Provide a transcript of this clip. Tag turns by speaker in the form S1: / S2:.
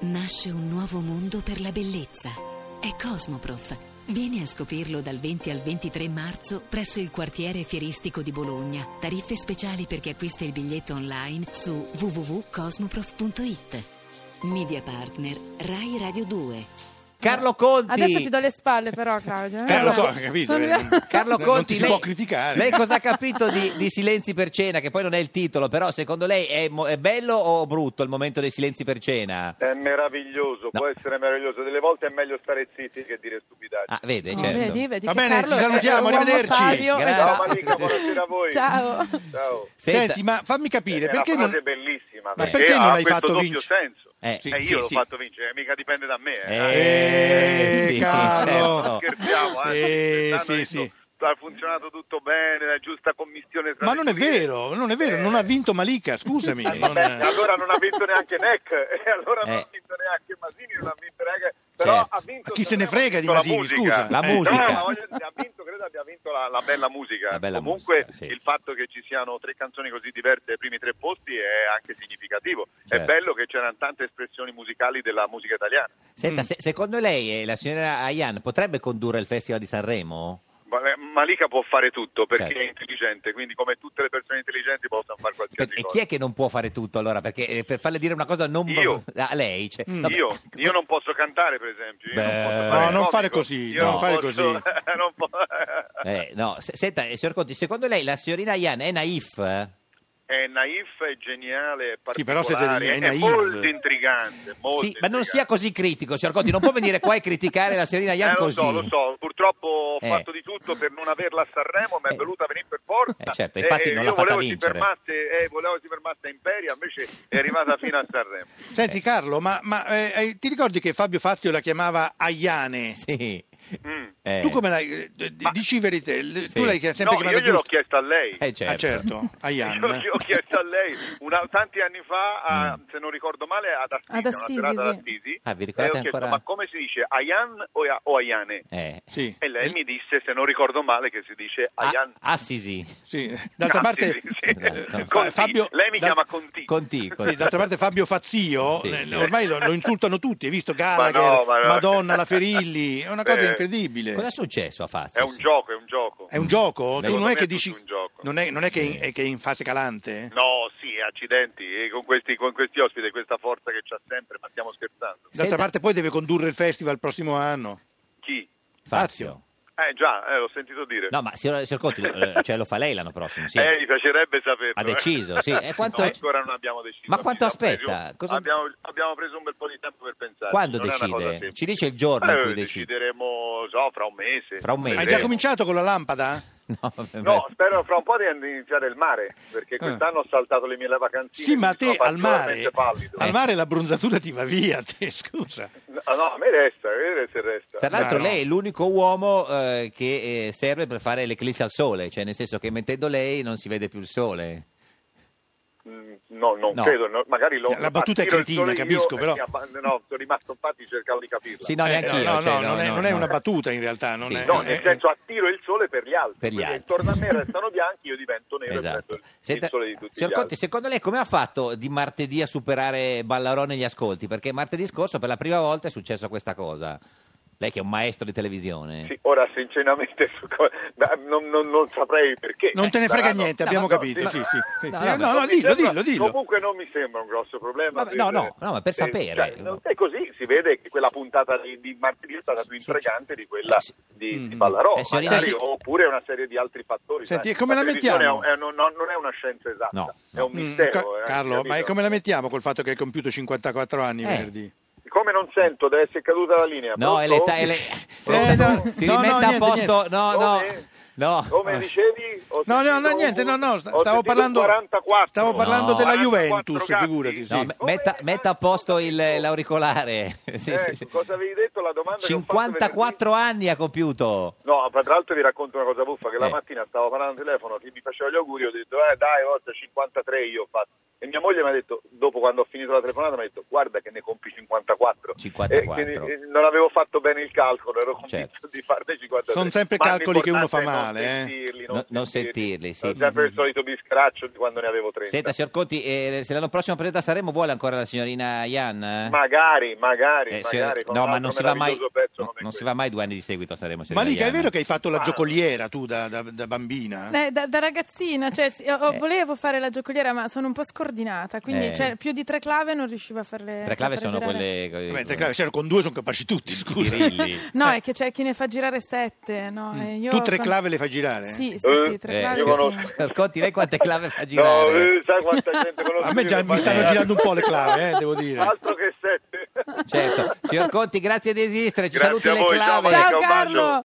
S1: Nasce un nuovo mondo per la bellezza. È Cosmoprof. Vieni a scoprirlo dal 20 al 23 marzo presso il quartiere fieristico di Bologna. Tariffe speciali per chi acquista il biglietto online su www.cosmoprof.it. Media partner Rai Radio 2.
S2: Carlo Conti.
S3: Adesso ti do le spalle, però, Claudio.
S4: Eh, lo so, hai capito.
S3: Sono-
S4: eh, non-
S2: Carlo
S4: non-
S2: Conti,
S4: non ti si
S2: lei-
S4: può criticare.
S2: Lei cosa ha capito di, di Silenzi per cena? Che poi non è il titolo, però secondo lei è, mo- è bello o brutto il momento dei silenzi per cena?
S5: È meraviglioso, può essere meraviglioso. Delle volte è meglio stare zitti che dire stupidaggini.
S2: Ah, vede,
S3: No,
S2: certo.
S3: vedi, vedi
S4: Va
S3: che
S4: bene,
S3: Carlo
S4: ci salutiamo,
S3: è un uomo
S4: arrivederci.
S3: Savio,
S4: eh,
S2: Grazie.
S3: esatto.
S5: Ciao amico, buonasera a voi.
S3: Ciao.
S5: Ciao.
S2: Senta,
S4: Senti, ma fammi capire,
S5: è
S4: perché
S5: una
S4: non...
S5: frase bellissima, eh,
S2: Ma
S4: perché non
S5: ha
S4: l'hai
S5: questo
S4: fatto
S5: doppio
S4: vincere?
S5: senso.
S2: Eh,
S4: Sì,
S5: Eh, io
S4: sì,
S5: l'ho
S4: sì.
S5: fatto vincere, mica dipende da me. eh.
S2: Eh,
S4: Eh,
S2: sì,
S4: Carlo.
S2: certo.
S5: scherziamo, eh.
S4: Sì,
S5: Quest'anno
S4: sì,
S5: adesso
S4: sì.
S5: Ha funzionato tutto bene, la giusta commissione.
S4: Ma non è
S5: strategica.
S4: vero, non è vero,
S5: Eh.
S4: non ha vinto Malika, scusami.
S5: Eh,
S4: non-
S5: vabbè, allora non ha vinto neanche Neck, e allora non
S2: Eh.
S5: ha vinto neanche Masini, non ha vinto neanche... Però
S2: Certo.
S5: ha vinto...
S4: Ma chi se ne
S5: ha
S4: frega di
S5: vinto la
S4: Masini,
S5: musica.
S4: scusa.
S2: La
S4: Eh,
S2: musica.
S5: No, ma voglio- ha vinto, credo abbia vinto la, la bella musica.
S2: La bella
S5: Comunque
S2: musica, sì.
S5: il fatto che ci siano tre canzoni così diverse ai primi tre posti è anche significativo.
S2: Certo.
S5: È bello che c'erano tante espressioni musicali della musica italiana.
S2: Senta,
S4: Mm.
S2: se- secondo lei eh, la signora Ayan potrebbe condurre il Festival di Sanremo?
S5: Ma- eh, Malika può fare tutto perché
S2: Certo.
S5: è intelligente, quindi come tutte le persone intelligenti possono fare
S2: Per-
S5: qualsiasi
S2: e
S5: cosa.
S2: chi è che non può fare tutto allora? Perché eh, per farle dire una cosa non
S5: Io.
S2: a lei, cioè,
S4: Mm.
S2: vabbè.
S5: Io, io non posso cantare, per esempio. Io
S2: Beh.
S5: non
S2: No,
S5: posso fare il
S4: non fare
S5: comico.
S4: così,
S5: Io
S2: non
S5: non
S4: fare
S5: posso-
S4: così.
S5: non po-
S2: Eh, no, se- senta, eh, signor Conti, secondo lei la signorina Ayan è naif? eh?
S5: È naif, è geniale, è
S4: Sì, però siete
S5: particolare,
S4: dei- è
S5: è,
S4: naif.
S5: molto intrigante. molto
S2: Sì, ma non
S5: intrigante.
S2: sia così critico, signor Conti, non può venire qua e criticare la signorina Ayan
S5: Eh, lo
S2: così.
S5: so, lo so, purtroppo ho
S2: Eh.
S5: fatto di tutto per non averla a Sanremo, ma
S2: Eh.
S5: è venuta a venire per forza.
S2: Eh, certo, infatti non l'ha
S5: io
S2: fatta
S5: volevo si
S2: vincere.
S5: fermasse, eh, volevo si fermasse a Imperia, invece è arrivata fino a Sanremo.
S4: Senti Carlo, ma, ma, eh, eh, ti ricordi che Fabio Fazio la chiamava Aiane?
S2: Sì.
S5: Mm.
S2: Eh.
S4: Tu come l'hai... eh, d-
S5: Ma-
S4: Dici verità, l-
S2: Sì.
S4: tu l'hai sempre
S5: No,
S4: chiamata
S5: io gliel'ho
S4: giusta?
S5: chiesto a lei.
S2: Eh, certo.
S4: Ah certo, Aiane.
S5: Io, io ho chiesto a lei una- tanti anni fa, a- se non ricordo male, ad Assisi,
S3: Ad Assisi,
S5: una serata
S3: sì.
S5: ad Assisi,
S2: Mm. Ah, vi
S5: e ho
S2: ricordate
S5: chiesto,
S2: ancora?
S5: ma come si dice Ayan o, Ia- o Ayane?
S2: Eh.
S4: Sì.
S5: E lei
S4: Eh,
S5: mi disse, se non ricordo male, che si dice
S2: Ah,
S5: Ayan.
S2: ah, sì, sì.
S4: sì. D'altra
S5: Ah,
S4: parte...
S5: sì, sì.
S2: Esatto.
S5: Conti.
S4: Fabio-
S5: lei mi
S4: da-
S5: chiama Conti.
S2: Conti,
S4: Sì,
S2: Conti.
S4: d'altra parte Fabio Fazio,
S2: Sì,
S4: eh,
S2: sì.
S4: ormai lo, lo insultano tutti, hai visto
S5: Ma
S4: Gallagher,
S5: no, ma no.
S4: Madonna, la Ferilli, è una cosa
S5: Eh,
S2: Cosa è
S4: incredibile.
S2: successo a
S5: È
S2: Fazio?
S5: un gioco, è un gioco.
S4: È un gioco? Tu
S2: Secondo
S4: non è
S5: me
S4: che
S5: è tutto
S4: dici...
S5: un gioco.
S4: Non è, non è che, in, è che è in fase calante?
S5: No, sì, accidenti, eh, con questi, con questi ospiti, questa forza che c'ha sempre, ma stiamo scherzando.
S4: D'altra
S2: Senta-
S4: parte poi deve condurre il festival il prossimo anno.
S5: Chi?
S2: Fazio.
S5: Eh già, eh, l'ho sentito dire.
S2: No, ma signor, signor Conti, eh, cioè, lo fa lei l'anno prossimo, sì.
S5: Eh, mi piacerebbe saperlo.
S2: Ha
S5: eh.
S2: deciso, sì. E quanto-
S5: No, ancora non abbiamo deciso.
S2: Ma quanto
S5: Abbiamo
S2: aspetta?
S5: preso-
S2: Cosa-
S5: Abbiamo, abbiamo preso un bel po' di tempo per pensare.
S2: Quando
S5: Non è una
S2: decide?
S5: cosa semplice.
S2: Ci dice il giorno in
S5: Eh,
S2: cui decide.
S5: decideremo, so, fra un mese. Eh.
S2: Fra un mese.
S4: Hai
S2: È
S4: già
S2: vero.
S4: cominciato con la lampada?
S2: No, vabbè,
S5: No, spero fra un po' di iniziare il mare, perché quest'anno ho saltato le mie lavacanzine.
S4: Eh. Sì, ma a
S5: quindi
S4: te
S5: sono
S4: al mare,
S5: particolarmente pallido.
S4: al mare la bronzatura ti va via, te, scusa.
S5: No, no, a me resta, a me resta, resta.
S2: Tra l'altro
S4: no.
S2: lei è l'unico uomo eh, che eh, serve per fare l'eclisse al sole, cioè nel senso che mettendo lei non si vede più il sole.
S5: Mm, No, non
S2: No.
S5: credo, no, magari lo...
S4: La battuta è
S5: tiro il
S4: cretina,
S5: sole io
S4: capisco,
S5: e
S4: però-
S5: mi abba- No, sono rimasto infatti cercavo di capirla.
S2: Sì, no,
S4: Eh,
S2: neanche io.
S4: no,
S2: cioè,
S4: no, non, è,
S2: no,
S4: non è
S2: no.
S4: una battuta in realtà, non
S2: Sì,
S4: è...
S2: sì.
S5: No,
S4: eh,
S5: nel senso attiro il sole per gli altri.
S2: Per gli
S5: quindi
S2: altri.
S5: intorno a me restano bianchi, io divento nero
S2: Esatto.
S5: e prendo il-
S2: Senta,
S5: il sole di tutti
S2: signor
S5: gli
S2: Conti,
S5: altri.
S2: secondo lei come ha fatto di martedì a superare Ballarone negli ascolti? Perché martedì scorso per la prima volta è successa questa cosa. Lei che è un maestro di televisione.
S5: Sì, ora sinceramente su co- da- non, non- non saprei perché.
S4: non te ne frega
S5: Saranno-
S4: niente,
S2: no,
S4: abbiamo
S2: ma no,
S4: capito,
S2: ma-
S4: sì, sì. sì.
S2: no,
S4: Eh,
S2: vabbè.
S4: No, no,
S5: mi
S4: dillo,
S5: sembra-
S4: dillo, dillo.
S5: Comunque non mi sembra un grosso problema.
S2: Vabbè, no,
S5: per-
S2: no, no, ma per
S5: eh,
S2: sapere.
S5: cioè, non- è così, si vede che quella puntata di, di martedì è stata più intrigante di quella
S2: Eh, sì.
S5: di, di
S4: Mm.
S5: Ballarò,
S2: Eh, signorina-
S5: magari,
S2: Senti-
S5: oppure una serie di altri fattori.
S4: Senti,
S5: sai.
S4: e come la
S5: televisione
S4: mettiamo?
S5: è un- è un- non, non è una scienza esatta,
S2: No,
S5: è un
S4: Mm,
S5: mistero.
S4: Ca-
S5: eh,
S4: Carlo, ma
S5: capito?
S4: come la mettiamo col fatto che hai compiuto 54 anni
S2: Eh.
S4: venerdì?
S5: Come non sento, deve essere caduta la linea.
S2: No, è l'età. è le-
S4: Eh, no,
S2: si
S4: no, no,
S2: rimetta a
S4: niente,
S2: posto. No, no,
S5: Come-
S2: no.
S5: Come dicevi? ho
S4: No, no, no,
S5: sentito
S4: niente, no, no,
S5: un-
S4: sta-
S5: ho
S4: stavo
S5: sentito
S4: parlando,
S5: 44.
S4: stavo parlaando
S2: No.
S4: della
S5: 44
S4: Juventus,
S5: gatti.
S4: figurati, sì.
S2: No, me- metta, metta a posto il- l'auricolare. Sì,
S5: Eh,
S2: sì, sì.
S5: Cosa avevi detto la domanda? che ho fatto
S2: 54 anni ha compiuto.
S5: venerdì? No, tra l'altro vi racconto una cosa buffa, che
S2: Eh.
S5: la mattina stavo parlando al telefono, chi mi faceva gli auguri, ho detto, eh dai, volta 53 io ho fatto. E E mia moglie mi ha detto, dopo quando ho finito la telefonata, mi ha detto guarda che ne compi 54.
S2: 54.
S5: Eh, quindi eh, non avevo fatto bene il calcolo, ero convinto
S2: Certo.
S5: di farne 53.
S4: Sono sempre
S5: Ma
S4: calcoli che uno fa
S5: l'importante
S4: male,
S5: è
S4: eh.
S5: Non sentirli,
S2: No- non sentirli, sì.
S5: Ho sempre il solito biscraccio di quando ne avevo 30.
S2: Senta, signor Conti, eh, se l'anno prossimo presenta Saremo vuole ancora la signorina Ian? Eh?
S5: Magari, magari,
S2: Eh, signor-
S5: magari. con
S2: no,
S5: un
S2: ma
S5: altro
S2: non si va mai,
S5: meraviglioso pezzo
S2: no,
S5: come
S2: non si
S5: questo.
S2: va mai due anni di seguito a Sanremo.
S4: Ma
S2: signorina
S4: Lica, è
S2: Ian.
S4: vero che hai fatto la
S5: Ah.
S4: giocoliera tu da, da- da bambina?
S3: Eh, da, da ragazzina, cioè, sì, io-
S2: Eh.
S3: volevo fare la giocoliera, ma sono un po' scordinata, quindi
S2: Eh.
S3: cioè, più di tre clave non riuscivo a farle.
S2: Tre clave
S3: a farle
S2: sono
S3: girare.
S2: quelle... eh, quelle-
S4: Vabbè, te- cioè, con due sono capaci tutti, scusa.
S2: I birilli.
S3: No, è che c'è chi ne fa girare sette. No? e io-
S4: Mm. Tu tre clave le fai girare?
S3: Sì, sì, sì,
S5: Eh,
S3: tre
S2: Eh,
S3: clave.
S5: io
S3: sì.
S5: conosco.
S2: signor Conti, lei quante clave fa
S5: No,
S2: girare?
S5: eh, sai quanta gente conosco
S4: A me già
S5: io che
S4: mi
S5: fa
S4: stanno
S5: girare.
S4: girando un po' le clave, eh, devo dire.
S5: Altro che sette.
S2: Certo. Signor Conti, grazie di esistere, ci
S5: Grazie
S2: saluti
S5: a
S2: le
S5: voi, ciao,
S2: clave.
S5: Monica,
S3: Ciao
S5: un bacio.
S3: Carlo!